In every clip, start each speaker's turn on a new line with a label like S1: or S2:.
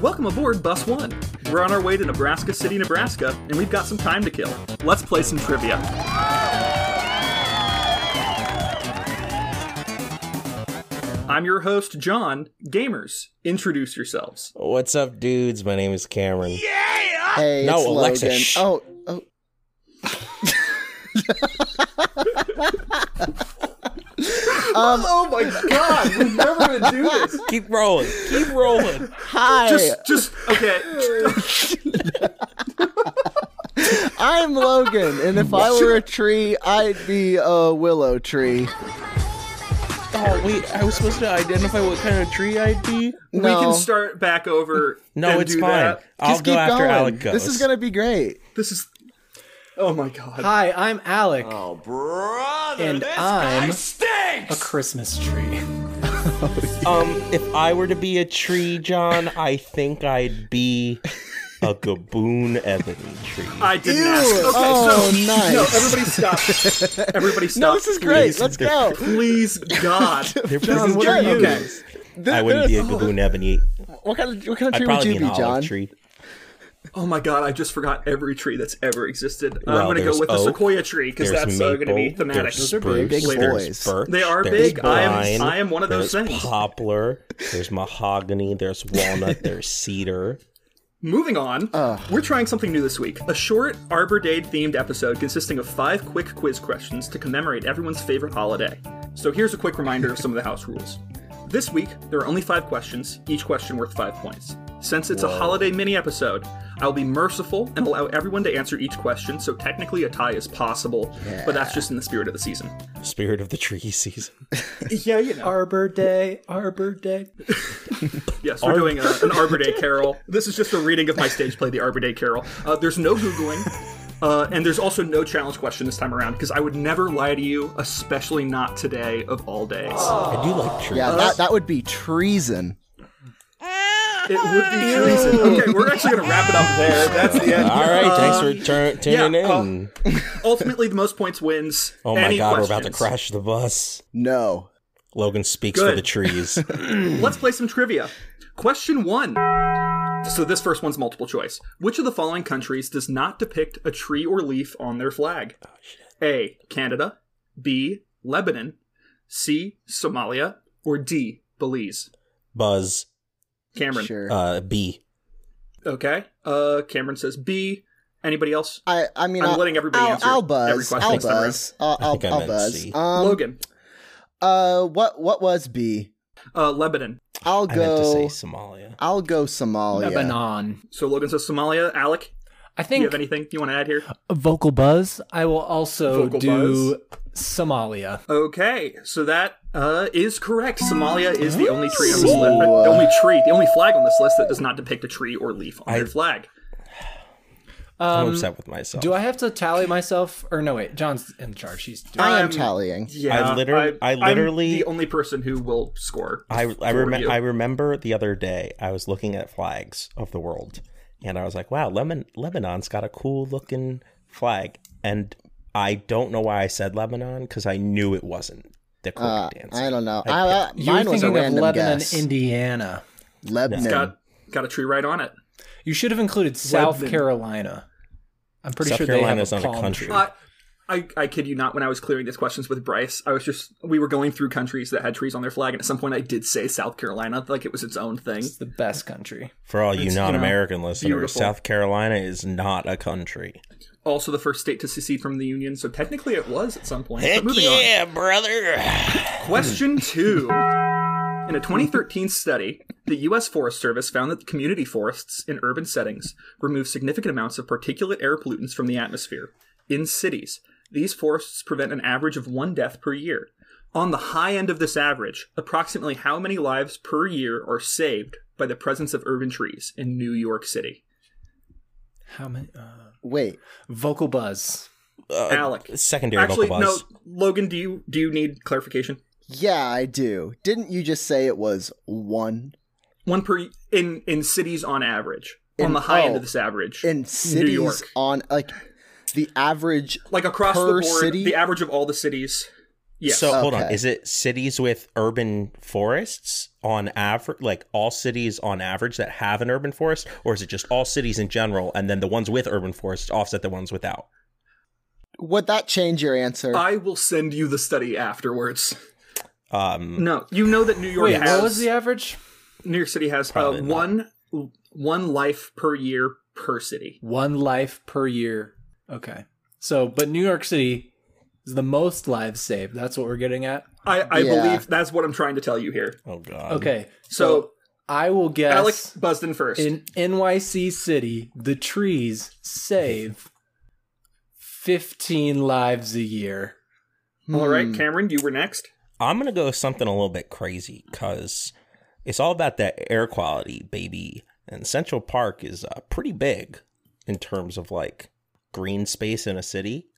S1: Welcome aboard Bus One. We're on our way to Nebraska City, Nebraska, and we've got some time to kill. Let's play some trivia. I'm your host, John. Gamers, introduce yourselves.
S2: What's up, dudes? My name is Cameron.
S3: Hey,
S2: No,
S3: it's
S2: Alexa,
S3: Logan.
S2: shh.
S3: Oh, oh.
S1: oh my god, we're never gonna do this.
S2: Keep rolling. Keep rolling.
S3: hi.
S1: Just, just, okay.
S3: I'm Logan, and if I were a tree, I'd be a willow tree.
S2: Oh wait, I was supposed to identify what kind of tree I'd be.
S3: No,
S1: We can start back over.
S2: No,
S1: and
S2: it's
S1: do
S2: fine.
S1: that.
S2: I'll
S3: Just
S2: go
S3: keep
S2: after
S3: going.
S2: Alec goes.
S3: This is gonna be great.
S1: This is. Oh my god.
S4: Hi, I'm Alec,
S5: Oh, brother,
S4: and
S5: this guy
S4: I'm
S5: stinks!
S4: a Christmas tree.
S2: Um, if I were to be a tree, John, I think I'd be a Gaboon ebony tree.
S1: I didn't
S3: Ew.
S1: ask. Okay,
S3: Oh,
S1: so
S3: nice.
S1: no, everybody stop. Everybody stop.
S3: No, this is great. Let's go.
S1: Please, God.
S2: They're
S3: John,
S2: pretty
S3: what are you?
S2: good.
S1: Okay.
S3: This-
S2: I wouldn't be a
S3: this-
S2: Gaboon ebony.
S3: What kind of what kind of
S2: I'd
S3: tree would
S2: probably
S3: you
S2: be an
S3: be,
S2: olive
S3: John?
S2: tree.
S1: Oh my God! I just forgot every tree that's ever existed.
S2: Well,
S1: I'm gonna go
S2: there's
S1: with the
S2: oak,
S1: sequoia tree because
S2: There's
S1: that's uh, gonna be
S2: maple,
S1: thematic.
S2: There's
S3: are
S2: spruce,
S3: big, big
S2: there's
S3: boys.
S2: birch,
S1: They are
S2: there's
S1: big. I am-
S2: pine,
S1: I am one of those
S2: there's
S1: things.
S2: Poplar. There's mahogany. There's walnut. there's cedar.
S1: Moving on, we're trying something new this week. A short Arbor Day themed episode consisting of five quick quiz questions to commemorate everyone's favorite holiday. So here's a quick reminder of some of the house rules. This week, there are only five questions, each question worth five points. Since it's a holiday mini episode, I'll be merciful and allow everyone to answer each question, so technically a tie is possible, but that's just in the spirit of the season.
S2: Spirit of the tree season.
S1: Yeah, you know.
S4: Arbor Day, Arbor Day.
S1: Yes, we're doing a, an Arbor Day Carol. This is just a reading of my stage play, The Arbor Day Carol. Uh, there's no Googling, uh, and there's also no challenge question this time around because I would never lie to you, especially not today of all days.
S2: I do like trees.
S3: Yeah, that, that would be treason.
S1: It would be treason. Okay, we're actually going to wrap it up there. That's the end.
S2: All right, thanks for tur- tuning
S1: Um, yeah, uh,
S2: in.
S1: Ultimately, the most points wins.
S2: oh my
S1: Any
S2: god, we're about to
S1: questions?
S2: crash the bus.
S3: No.
S2: Logan speaks for
S1: Good.
S2: the trees.
S1: Let's play some trivia. Question one. So this first one's multiple choice. Which of the following countries does not depict a tree or leaf on their flag?
S3: Oh,
S1: A. Canada. B. Lebanon. C. Somalia. Or D. Belize.
S2: Buzz,
S1: Cameron.
S3: Sure.
S2: uh, B.
S1: Okay. Uh, Cameron says B. Anybody else?
S3: I I mean
S1: I'm
S3: I'll,
S1: letting everybody
S3: I'll,
S1: answer
S3: I'll
S1: every
S3: buzz.
S1: question
S3: I'll
S1: next time around.
S3: buzz. I'll,
S2: think
S3: I'll,
S2: I
S3: I'll
S2: meant
S3: buzz.
S2: C.
S3: Um,
S1: Logan.
S3: Uh, what what was B?
S1: Uh, Lebanon.
S3: I'll
S2: I meant to say
S3: go.
S2: Somalia.
S3: I'll go Somalia.
S4: Lebanon.
S1: So Logan says Somalia. Alec, do
S4: I
S1: you
S4: think
S1: have anything you want to add here?
S4: vocal buzz. I will also
S1: Vocal
S4: do Somalia.
S1: Okay, so that uh, is correct. Somalia is the only tree on this list, uh, the only tree, the only flag on this list that does not depict a tree or leaf on their flag. Um,
S2: I'm upset with myself.
S4: Um, Do I have to tally myself? Or no, wait, John's in charge. He's doing.
S3: I am
S1: I'm-
S3: tallying.
S1: Yeah,
S2: literally- I
S1: I'm
S2: literally-
S1: the only person who will score.
S2: I I,
S1: for
S2: rem-
S1: you.
S2: I remember the other day I was looking at flags of the world, and I was like, "Wow, Lebanon, Lebanon's got a cool looking flag." And I don't know why I said Lebanon because I knew it wasn't the
S3: Uh,
S2: correct answer.
S3: I don't know. I,
S2: I
S3: uh,
S4: You were
S3: mine was a
S4: thinking of
S3: random
S4: Lebanon,
S3: guess.
S4: Indiana.
S3: Lebanon.
S1: got got a tree right on it.
S4: You should have included South
S1: Lebanon.
S4: Carolina. I'm pretty
S2: South
S4: sure
S2: Carolina's
S4: they have
S2: not
S4: a
S2: a
S4: palm
S2: country.
S4: tree.
S1: I, I I kid you not. When I was clearing these questions with Bryce, I was just we were going through countries that had trees on their flag, and at some point I did say South Carolina, like it was its own thing.
S4: It's the best country.
S2: For all you
S1: It's, you know,
S2: non-American listeners,
S1: beautiful.
S2: South Carolina is not a country.
S1: Also, the first state to secede from the union, so technically it was at some point. but moving on.
S2: yeah, brother.
S1: Question two. In a 2013 study, the U.S. Forest Service found that community forests in urban settings remove significant amounts of particulate air pollutants from the atmosphere. In cities, these forests prevent an average of one death per year. On the high end of this average, approximately how many lives per year are saved by the presence of urban trees in New York City?
S4: How many? Uh,
S3: Wait.
S4: vocal buzz.
S1: Alec.
S2: Uh, Secondary
S1: Actually,
S2: vocal
S1: no.
S2: buzz.
S1: Logan, do you do you need clarification?
S3: Yeah, I do. Didn't you just say it was one
S1: One per in in cities on average. on
S3: In-
S1: the high end
S3: oh,
S1: of this average.
S3: in cities
S1: York.
S3: on like the average?
S1: like across the
S3: per
S1: board,
S3: city?
S1: the average of all the cities. Yes.
S2: So hold on,
S3: Okay.
S2: is it cities with urban forests on average, like all cities on average that have an urban forest, or is it just all cities in general, and then the ones with urban forests offset the ones without?
S3: Would that change your answer?
S1: I will send you the study afterwards.
S2: Um,
S1: No, you know that New York
S4: Wait,
S1: has
S4: what was the average?
S1: New York City has uh,
S2: Probably not.
S1: one one life per year per city.
S4: One life per year. Okay. So, but New York City is the most lives saved. That's what we're getting at.
S1: I, I
S3: Yeah.
S1: believe that's what I'm trying to tell you here.
S2: oh god.
S4: Okay.
S1: Um, So,
S4: I will guess
S1: Alex Busden first.
S4: in NYC City, the trees save 15 lives a year.
S1: All
S3: Hmm.
S1: right, Cameron, you were next.
S2: I'm gonna go with something a little bit crazy because it's all about that air quality, baby. And Central Park is uh, pretty big in terms of like green space in a city.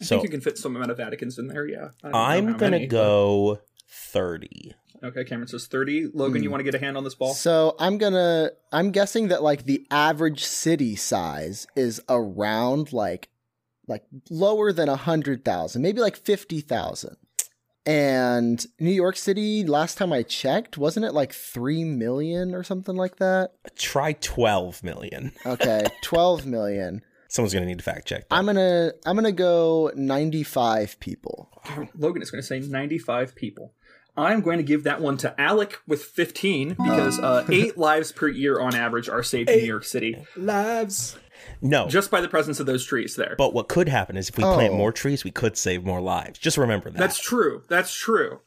S1: I
S2: So
S1: think you can fit some amount of Vaticans in there. Yeah, I don't know
S2: I'm
S1: how
S2: gonna
S1: many,
S2: go thirty.
S1: but- Okay, Cameron says thirty. Logan,
S4: Hmm.
S1: you want to get a hand on this ball?
S3: So I'm gonna I'm guessing that like the average city size is around like like lower than a hundred thousand, maybe like fifty thousand. And New York City, last time I checked, wasn't it like three million or something like that?
S2: Try twelve million.
S3: Okay, twelve million.
S2: Someone's gonna need to fact check. That.
S3: I'm gonna I'm gonna go ninety five people.
S1: Logan is going to say ninety-five people. I'm going to give that one to Alec with fifteen because uh, eight lives per year on average are saved in New York City
S4: Lives.
S2: No,
S1: just by the presence of those trees there.
S2: but what could happen is if we plant
S3: Oh.
S2: more trees, we could save more lives. Just remember that.
S1: That's true. That's true.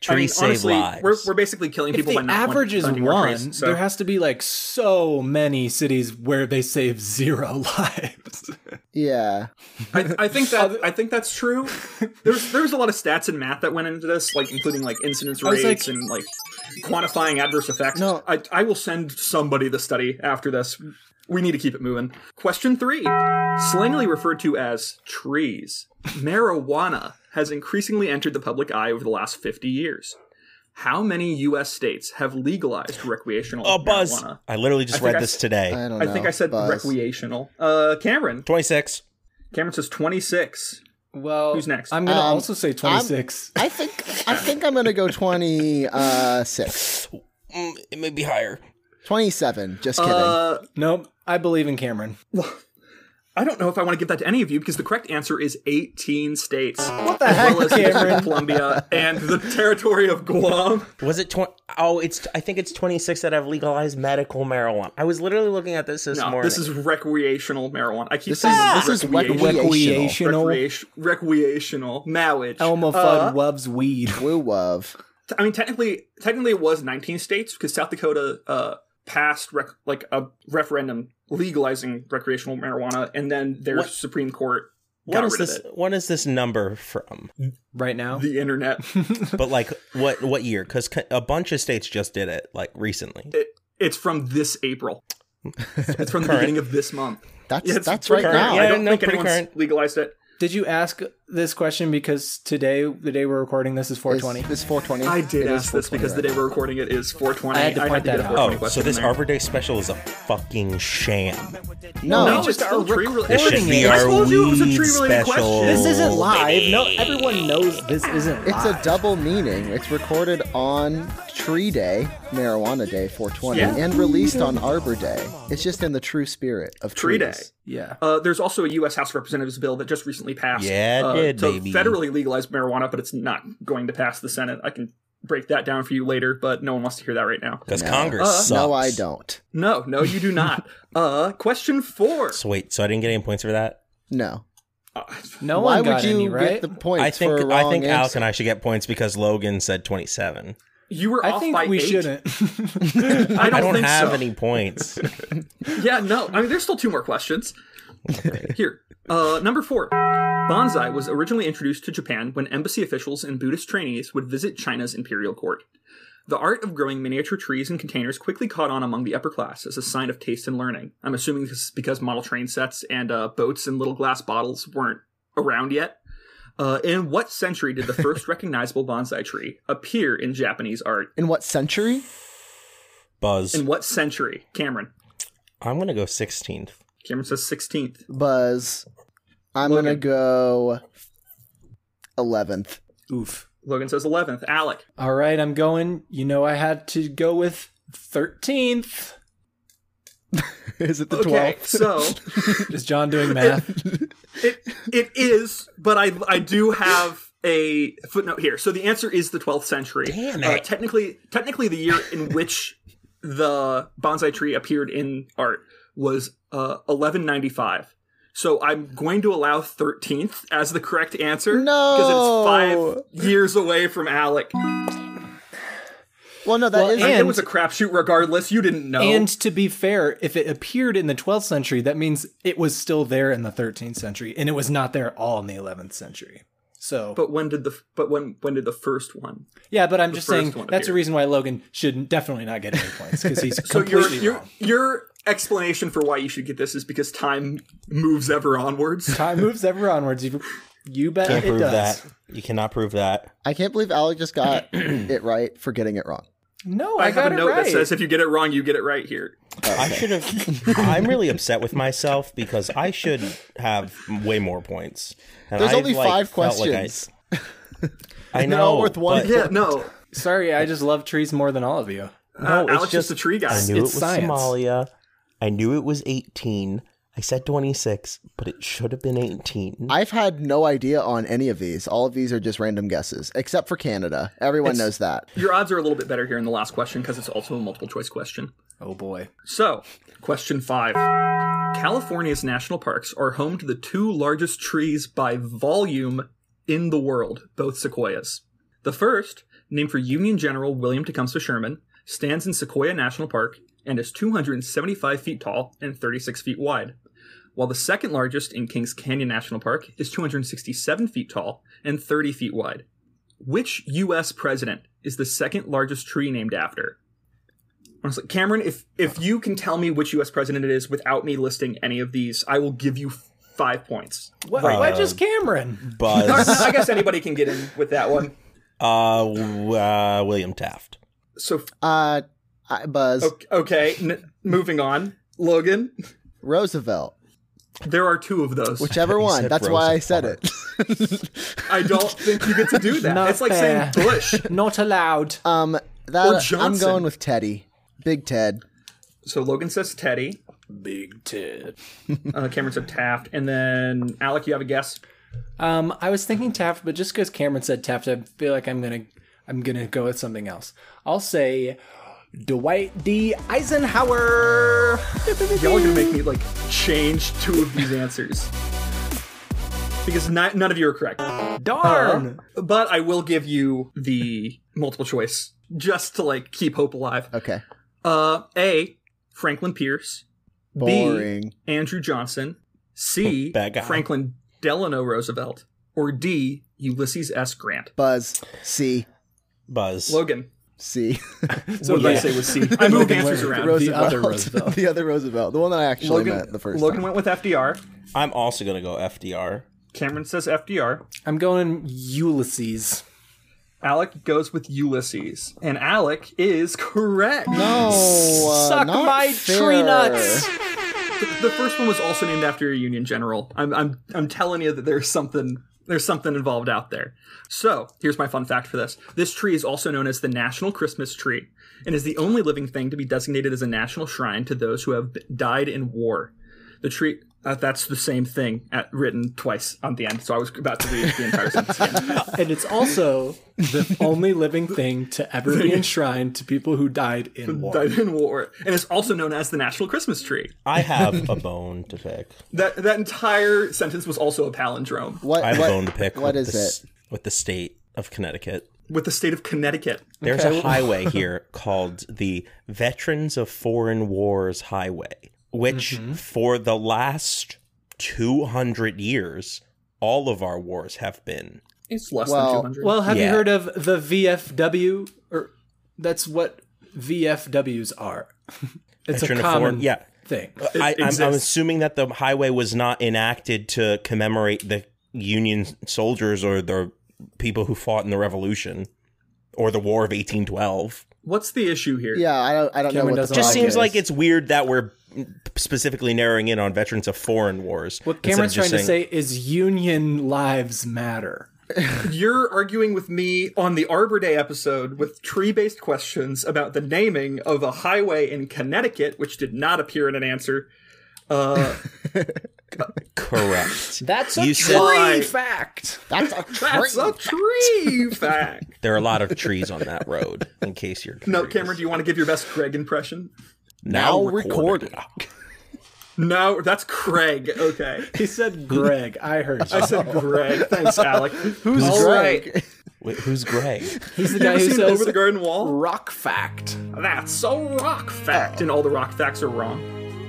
S2: Trees save
S1: honestly,
S2: lives.
S1: We're, we're basically killing
S4: If
S1: people
S4: the
S1: by not
S4: average is
S1: planting more trees,
S4: one,
S1: so-
S4: there has to be like so many cities where they save zero lives.
S3: Yeah.
S1: I, I think that I think that's true. There's there's a lot of stats and math that went into this, like including like incidence
S4: was
S1: rates
S4: like-
S1: and like quantifying adverse effects.
S3: No.
S1: I, I will send somebody the study after this. We need to keep it moving. Question three: Slangily referred to as trees, marijuana has increasingly entered the public eye over the last 50 years. How many U.S. states have legalized recreational
S2: oh, Buzz!
S1: marijuana?
S2: I literally just
S1: I think
S2: read
S1: I
S2: this
S1: s-
S2: today.
S3: I don't know.
S1: I think I said
S3: Buzz.
S1: recreational. Uh, Cameron.
S2: Twenty-six.
S1: Cameron says 26.
S4: Well,
S1: Who's next?
S4: I'm going to
S3: Um,
S4: also say 26.
S3: I think I think I'm gonna go twenty uh six.
S2: Mm, it may be higher.
S3: Twenty seven, just kidding.
S1: Uh,
S4: nope. I believe in Cameron.
S1: I don't know if I want to give that to any of you because the correct answer is 18 states. What
S4: the heck, Cameron?
S1: Columbia and the territory of Guam.
S2: Was it twenty? Oh, it's. I think it's twenty-six that have legalized medical marijuana. I was literally looking at this this
S1: No,
S2: morning.
S1: this is recreational marijuana. I keep
S3: This
S1: saying
S3: is- this is
S1: recreational.
S4: Recreational.
S1: Recreation- recreational marriage. Uh,
S4: Elma
S3: Uh-huh.
S4: Fudd loves weed.
S3: Woo wov.
S1: t- I mean, technically, technically, it was 19 states because South Dakota uh, passed rec- like a referendum legalizing recreational marijuana, and then their
S2: What-
S1: Supreme Court got
S2: what is
S1: rid
S2: this?
S1: of it.
S2: What is this number from?
S4: Right now?
S1: The internet.
S2: But like, what what year? Because a bunch of states just did it like recently.
S1: It, it's from this April. It's from the
S2: Current.
S1: beginning of this month.
S3: That's
S1: Yeah, it's
S3: that's right
S1: pretty current.
S3: now.
S1: I
S2: Yeah,
S1: don't
S2: no,
S1: think
S2: pretty
S1: anyone's
S2: current.
S1: legalized it.
S4: Did you ask this question because today, the day we're recording this, is 420?
S3: It's, it's 420.
S1: I did
S3: It is
S1: ask this
S3: 420
S1: because the
S3: right
S1: day we're recording it is 420.
S4: I had to point
S1: get
S4: that
S1: a
S4: out.
S1: 420
S2: Oh, so
S1: question
S2: this
S1: in there.
S2: Arbor Day special is a fucking sham.
S3: now.
S1: No,
S3: No,
S1: it's
S4: just
S1: still
S4: our
S1: tree
S2: This
S1: related.
S2: should
S4: Recording
S2: be
S4: it.
S1: I
S2: our
S1: told you it was a
S2: weed
S1: tree-related question.
S2: special.
S4: this isn't live. No, everyone knows this isn't
S3: Oh, it's
S4: live.
S3: a double meaning. It's recorded on Tree Day, Marijuana Day 420,
S1: Yeah.
S3: and released on Arbor Day. It's just in the true spirit of
S1: Tree Day.
S3: trees.
S4: yeah.
S1: Uh, there's also a U.S. House of Representatives bill that just recently passed.
S2: Yeah, it
S1: uh,
S2: did,
S1: to
S2: baby.
S1: federally legalize marijuana, but it's not going to pass the Senate. I can break that down for you later, but no one wants to hear that right now.
S2: Because Congress sucks.
S3: No, I don't.
S1: No, no, you do not. uh, question four. Uh,
S2: So wait, so I didn't get any points for that.
S3: No.
S4: No
S3: Why
S4: one got
S3: would you
S4: any, right?
S3: get the points
S2: I think
S3: for a wrong
S2: I think Alec
S3: answer?
S2: and I should get points because Logan said twenty-seven.
S1: You were
S4: I
S1: off
S4: think
S1: by
S4: we
S1: should
S4: shouldn't.
S1: I don't,
S2: I don't
S1: think
S2: have
S1: so.
S2: any points.
S1: Yeah, no. I mean, there's still two more questions. Here. Uh, number four. Bonsai was originally introduced to Japan when embassy officials and Buddhist trainees would visit China's imperial court. The art of growing miniature trees in containers quickly caught on among the upper class as a sign of taste and learning. I'm assuming this is because model train sets and uh, boats in little glass bottles weren't around yet. Uh, in what century did the first recognizable bonsai tree appear in Japanese art?
S3: In what century?
S2: Buzz.
S1: In what century? Cameron.
S2: I'm gonna go sixteenth.
S1: Cameron says 16th.
S3: Buzz. I'm
S1: Logan.
S3: going to go 11th.
S4: Oof.
S1: Logan says 11th. Alec.
S4: All right, I'm going. You know, I had to go with 13th.
S3: Is it the
S1: Okay,
S3: 12th?
S1: so
S4: Is John doing math?
S1: it, it is, but I I do have a footnote here. So the answer is the 12th century.
S2: Damn
S1: Uh,
S2: it.
S1: technically, technically, the year in which the bonsai tree appeared in art was uh, 1195. So I'm going to allow 13th as the correct answer because
S3: No.
S1: it's five years away from Alec.
S3: Well, no, that
S4: Well,
S3: is
S1: it
S4: and-
S1: was a crapshoot regardless. You didn't know.
S4: And to be fair, if it appeared in the 12th century, that means it was still there in the 13th century, and it was not there at all in the 11th century. So,
S1: but when did the but when when did the first one?
S4: yeah, but I'm just
S1: first
S4: saying
S1: one
S4: that's a
S1: appeared.
S4: reason why Logan should definitely not get any points because he's
S1: So your
S4: completely
S1: your
S4: wrong.
S1: your explanation for why you should get this is because time moves ever onwards.
S4: Time moves ever onwards. You, you bet
S2: Can't
S4: it
S2: prove
S4: does.
S2: that. You cannot prove that.
S3: I can't believe Alec just got it right for getting it wrong.
S4: No, I,
S1: I
S4: got
S1: have a
S4: it
S1: note
S4: right.
S1: that says if you get it wrong, you get it right here.
S2: I should have. I'm really upset with myself because I should have way more points. And
S3: There's
S2: I,
S3: only
S2: like,
S3: five
S2: felt like I-
S3: questions.
S2: I, know.
S3: all worth one
S2: but-
S1: Yeah, no,
S4: Sorry, I just love trees more than all of you.
S2: No,
S1: Uh, Alex
S2: it's
S1: is
S2: just
S1: the tree guy.
S2: I knew
S4: It's
S2: it was
S4: science.
S2: Somalia. I knew it was 18. I said 26, but it should have been 18.
S3: I've had no idea on any of these. All of these are just random guesses, except for Canada. Everyone knows that.
S1: Your odds are a little bit better here in the last question because it's also a multiple choice question.
S4: Oh boy.
S1: So, question five California's national parks are home to the two largest trees by volume in the world, both sequoias. The first, named for Union General William Tecumseh Sherman, stands in Sequoia National Park and is 275 feet tall and 36 feet wide, while the second largest in Kings Canyon National Park is 267 feet tall and 30 feet wide. Which U.S. president is the second largest tree named after? Honestly, Cameron, if if you can tell me which U.S. president it is without me listing any of these, I will give you f- five points.
S4: Why, why just Cameron?
S1: Or,
S2: Buzz.
S1: I guess anybody can get in with that one.
S2: uh, w- uh, William Taft.
S1: So f-
S3: Uh, I, Buzz
S2: Oh.
S1: o- okay, n- moving on. Logan,
S3: Roosevelt,
S1: there are two of those.
S3: whichever
S2: You
S3: one.
S2: said
S3: That's why I said
S2: Roosevelt.
S3: it.
S1: I don't think you get to do that.
S4: Not
S1: it's like
S4: fair.
S1: saying Bush.
S4: Not allowed.
S3: Um,
S1: Or
S3: that I'm
S1: Johnson.
S3: going with Teddy, Big Ted.
S1: So Logan says Teddy.
S4: Big Ted.
S1: Uh, Cameron said Taft, and then Alec, you have a guess.
S4: Um, I was thinking Taft, but just because Cameron said Taft, I feel like I'm gonna I'm gonna go with something else. I'll say Dwight D. Eisenhower.
S1: Y'all are gonna make me like change two of these answers because not, none of you are correct.
S4: Darn.
S1: But I will give you the multiple choice just to like keep hope alive.
S3: Okay,
S1: Uh, A. Franklin Pierce.
S3: boring.
S1: B. Andrew Johnson. C.
S2: Bad guy.
S1: Franklin Delano Roosevelt. Or D. Ulysses S. Grant.
S3: Buzz C
S2: Buzz.
S1: Logan.
S3: C.
S4: so
S1: what did I
S4: yeah.
S1: say was C? I moved answers around.
S4: Rose- other Roosevelt.
S3: the other Roosevelt, the one that I actually
S1: Logan,
S3: met the first
S1: Logan
S3: time.
S1: went with FDR.
S2: I'm also going to go FDR.
S1: Cameron says FDR.
S4: I'm going Ulysses.
S1: Alec goes with Ulysses. And Alec is correct. Oh,
S3: No, uh,
S4: Suck
S3: not
S4: my
S3: fair.
S4: tree nuts.
S1: The first one was also named after a Union general. I'm I'm I'm telling you that there's something there's something involved out there. So here's my fun fact for this: this tree is also known as the national Christmas tree, and is the only living thing to be designated as a national shrine to those who have b- died in war. The tree. Uh, that's the same thing at, written twice on the end, so I was about to read the entire sentence again.
S4: And it's also the only living thing to ever be enshrined to people who died in war.
S1: Died in war, and it's also known as the national Christmas tree.
S2: I have a bone to pick.
S1: That that entire sentence was also a palindrome
S3: What,
S2: I have
S3: what-
S2: a bone to pick.
S3: What
S2: with
S3: is
S2: the s-
S3: it?
S2: With the state of Connecticut.
S1: with the state of Connecticut.
S2: There's a highway here called the Veterans of Foreign Wars Highway, which for the last 200 years, all of our wars have been.
S1: It's less
S3: Well-
S1: than 200.
S4: Well, have you
S2: Yeah.
S4: heard of the VFW? Or that's what VFWs are. it's a
S2: Veteran of
S4: common
S2: Foreign- yeah.
S4: thing.
S2: I, I'm, I'm
S1: exists.
S2: assuming that the highway was not enacted to commemorate the Union soldiers or the people who fought in the Revolution or the War of 1812.
S1: What's the issue here?
S3: Yeah, I don't. I don't know
S4: Cameron
S3: what the
S4: doesn't
S2: Just
S4: like
S3: logic
S2: seems
S3: is.
S2: like it's weird that we're specifically narrowing in on veterans of foreign wars.
S4: What
S2: instead of
S4: Cameron's
S2: just
S4: trying to
S2: saying-
S4: say is union lives matter.
S1: You're arguing with me on the Arbor Day episode with tree based questions about the naming of a highway in Connecticut, which did not appear in an answer. Uh,
S2: Correct.
S4: That's a
S2: You
S4: tree
S2: said-
S4: fact.
S3: That's a tree.
S1: that's a tree fact.
S2: There are a lot of trees on that road, in case you're
S1: No,
S2: curious.
S1: Cameron, do you want to give your best Greg impression?
S2: now
S3: Now recorded.
S2: recorded.
S1: No, that's Craig. Okay.
S4: He said Greg. I heard you.
S1: I said Greg. Thanks, Alec. Who's
S3: Oh. Greg?
S2: Wait, who's Greg?
S4: He's the
S1: You
S4: guy
S1: ever
S4: who
S1: seen
S4: says
S1: Over the Garden Wall?
S4: rock fact.
S1: That's a rock fact, and all the rock facts are wrong.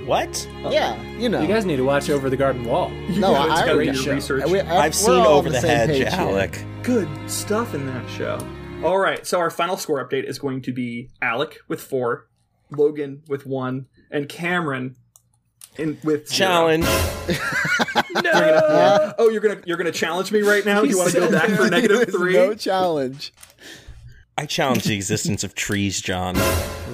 S2: What?
S3: Yeah, you know.
S4: You guys need to watch Over the Garden Wall.
S1: You
S3: No,
S1: know, it's
S3: I
S1: gotta
S3: already
S1: be your
S4: show.
S1: research.
S3: we- I- Uh, we're
S2: I've seen
S3: all on
S2: over the,
S3: same
S2: hedge,
S3: page here.
S2: Alec.
S1: good stuff in that show. All right, so our final score update is going to be Alec with four, Logan with one, and Cameron in with zero.
S2: Challenge.
S1: Yeah. Oh, you're gonna you're gonna challenge me right now? Do you want to go back for negative
S3: There's No
S1: three?
S3: challenge.
S2: I challenge the existence of trees, John.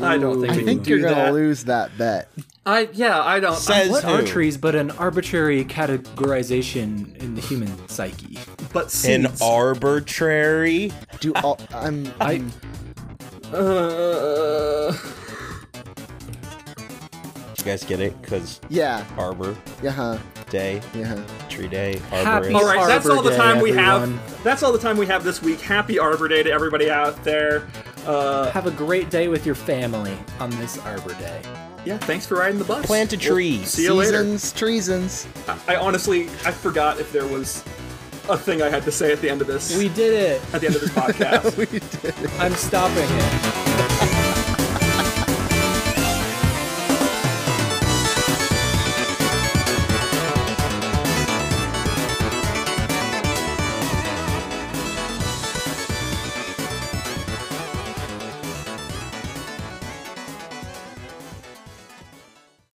S1: I don't think
S3: I
S1: we
S3: think
S1: can
S3: you're
S1: do
S3: gonna
S1: that.
S3: lose that bet.
S1: I yeah, I don't.
S2: Says
S4: What
S2: who?
S4: are trees but an arbitrary categorization in the human psyche?
S1: but
S2: An
S1: seeds.
S2: arbitrary.
S3: Do all, I'm,
S4: I
S1: Uh,
S2: You guys get it? Because
S3: yeah,
S2: Arbor
S3: yeah, huh,
S2: Day,
S3: yeah.
S2: Tree Day,
S4: Happy-
S1: all
S2: Arborist.
S1: right, that's
S4: Arbor
S1: all the
S4: Day,
S1: time we
S4: everyone.
S1: have. That's all the time we have this week. Happy Arbor Day to everybody out there. Uh,
S4: have a great day with your family on this Arbor Day.
S1: yeah, thanks for riding the bus.
S2: Plant a tree.
S1: See you later.
S3: Treasons, treasons.
S1: I honestly, I forgot if there was a thing I had to say at the end of this.
S4: We did it.
S1: at the end of this podcast.
S4: I'm stopping it.